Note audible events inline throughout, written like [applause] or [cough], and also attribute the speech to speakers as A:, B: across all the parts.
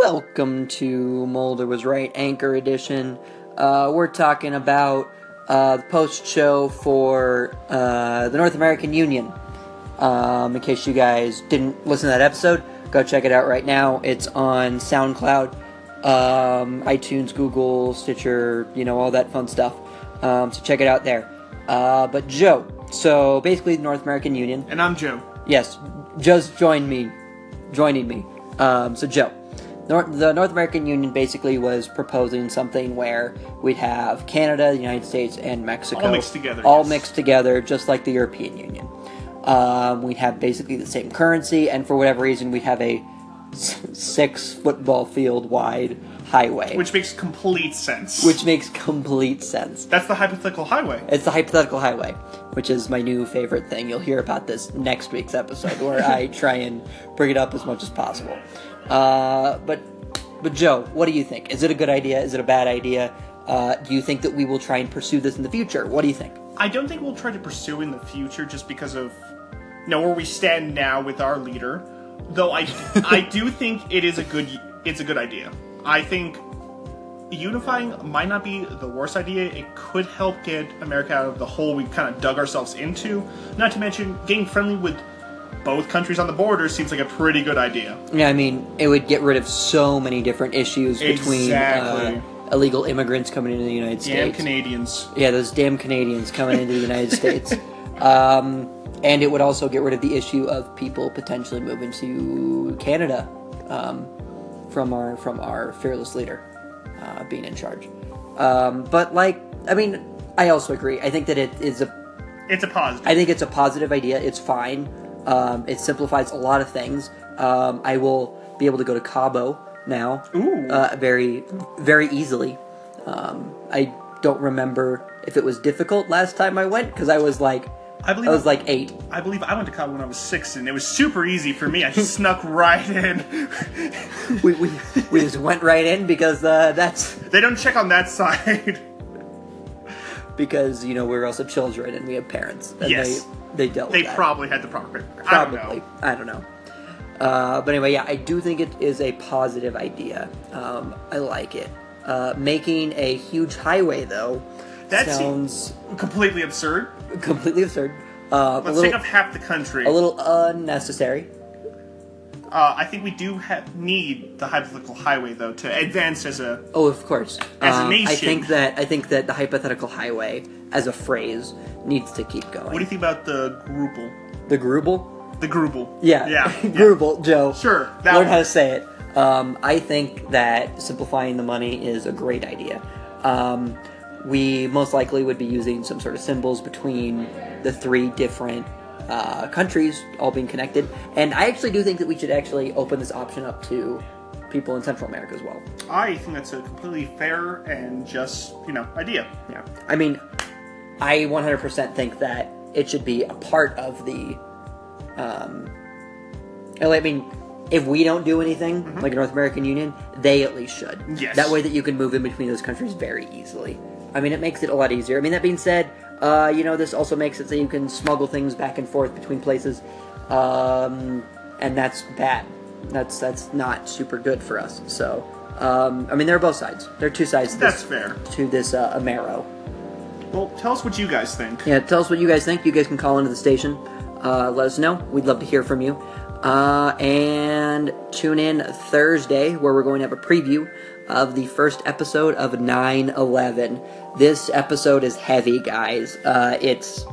A: Welcome to Mulder Was Right Anchor Edition. Uh, we're talking about uh, the post show for uh, the North American Union. Um, in case you guys didn't listen to that episode, go check it out right now. It's on SoundCloud, um, iTunes, Google, Stitcher, you know, all that fun stuff. Um, so check it out there. Uh, but Joe, so basically the North American Union.
B: And I'm Joe.
A: Yes, just join me, joining me. Um, so Joe, Nor- the North American Union basically was proposing something where we'd have Canada, the United States, and Mexico
B: All mixed together,
A: all
B: yes.
A: mixed together, just like the European Union. Um, we'd have basically the same currency, and for whatever reason, we'd have a s- six football field wide highway,
B: Which makes complete sense.
A: which makes complete sense.
B: that's the hypothetical highway.
A: It's the hypothetical highway, which is my new favorite thing. You'll hear about this next week's episode, where [laughs] I try and bring it up as much as possible. Uh, but, but Joe, what do you think? Is it a good idea? Is it a bad idea? Uh, do you think that we will try and pursue this in the future? What do you think?
B: I don't think we'll try to pursue in the future just because of you know where we stand now with our leader. Though
A: [laughs]
B: I I do think it is a good it's a good idea. I think unifying might not be the worst idea. It could help get America out of the hole we kind of dug ourselves into. Not to mention getting friendly with both countries on the border seems like a pretty good idea.
A: Yeah, I mean, it would get rid of so many different issues between
B: Exactly.
A: uh, illegal immigrants coming into the United
B: Damn
A: States.
B: Canadians.
A: Yeah, those damn Canadians coming into the United States. Um, and it would also get rid of the issue of people potentially moving to Canada um, from our from our fearless leader uh, being in charge. Um, but like, I mean, I also agree. I think that it is a
B: It's a positive.
A: I think it's a positive idea. It's fine. Um, it simplifies a lot of things. Um, I will be able to go to Cabo now
B: Ooh.
A: Uh, very, very easily. Um, I don't remember if it was difficult last time I went because I was like,
B: I believe
A: I was like
B: [laughs]
A: eight.
B: I believe I went to college when I was six, and it was super easy for me. I snuck right in.
A: We, we, we just went right in because uh, that's
B: They don't check on that [laughs] side.
A: because you know we were also children and we have parents and
B: Yes.
A: they they dealt
B: They
A: with that.
B: probably had the proper.
A: probably.
B: I
A: I don't
B: don't know.
A: know. Uh, but anyway, yeah, I do think it is a positive idea. Um, I like it. Uh, making a huge highway, though,
B: That
A: sounds
B: Completely absurd.
A: completely absurd. Uh, a
B: Let's
A: little,
B: take off half the country.
A: a little unnecessary.
B: uh, I think we do ha- need the hypothetical highway though to advance as a.
A: Oh, of course.
B: As a
A: Um, I
B: nation.
A: think that I think that the hypothetical highway, as a phrase, needs to keep going.
B: What do you think about the Grubel?
A: the Grubel?
B: The Grubel.
A: [laughs] Yeah.
B: Yeah.
A: Grubel, Joe.
B: Sure, that
A: Learn
B: one.
A: how to say it. Um, I think that simplifying the money is a great idea. Um, we most likely would be using some sort of symbols between the three different uh, countries all being connected. And I actually do think that we should actually open this option up to people in Central America as well.
B: Yeah. I think that's a completely fair and just you know idea.
A: Yeah. I mean, I 100% think that it should be a part of the. Um, I mean, if we don't do anything, like a North American Union, they at least should.
B: Mm-hmm. Yes.
A: That way that you can move in between those countries very easily. I mean, it makes it a lot easier. I mean, that being said, uh, you know, this also makes it so you can smuggle things back and forth between places, um, and that's bad. That's that's not super good for us. So, um, I mean, there are both sides. There are two sides. to this-
B: That's fair.
A: to this uh, Amaro.
B: Well, tell us what you guys think.
A: Yeah, tell us what you guys think. You guys can call into the station. Uh, let us know. We'd love to hear from you. Uh, and tune in Thursday where we're going to have a preview of the first episode of 9 11. This episode is heavy, guys. Uh, it's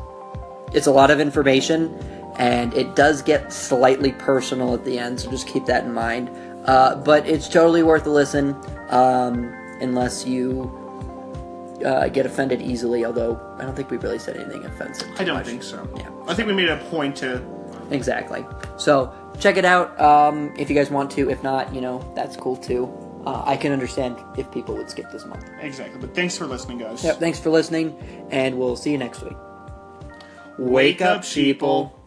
A: it's a lot of information and it does get slightly personal at the end so just keep that in mind uh, but it's totally worth a listen um, unless you uh, get offended easily although i don't think we really said anything offensive
B: I don't
A: much.
B: think so.
A: Yeah.
B: I think we made a point to
A: exactly so check it out um, if you guys want to if not you know that's cool too uh, i can understand if people would skip this month
B: exactly. But thanks for listening, guys.
A: yep, thanks for listening and we'll see you next week
B: Wake up, sheeple.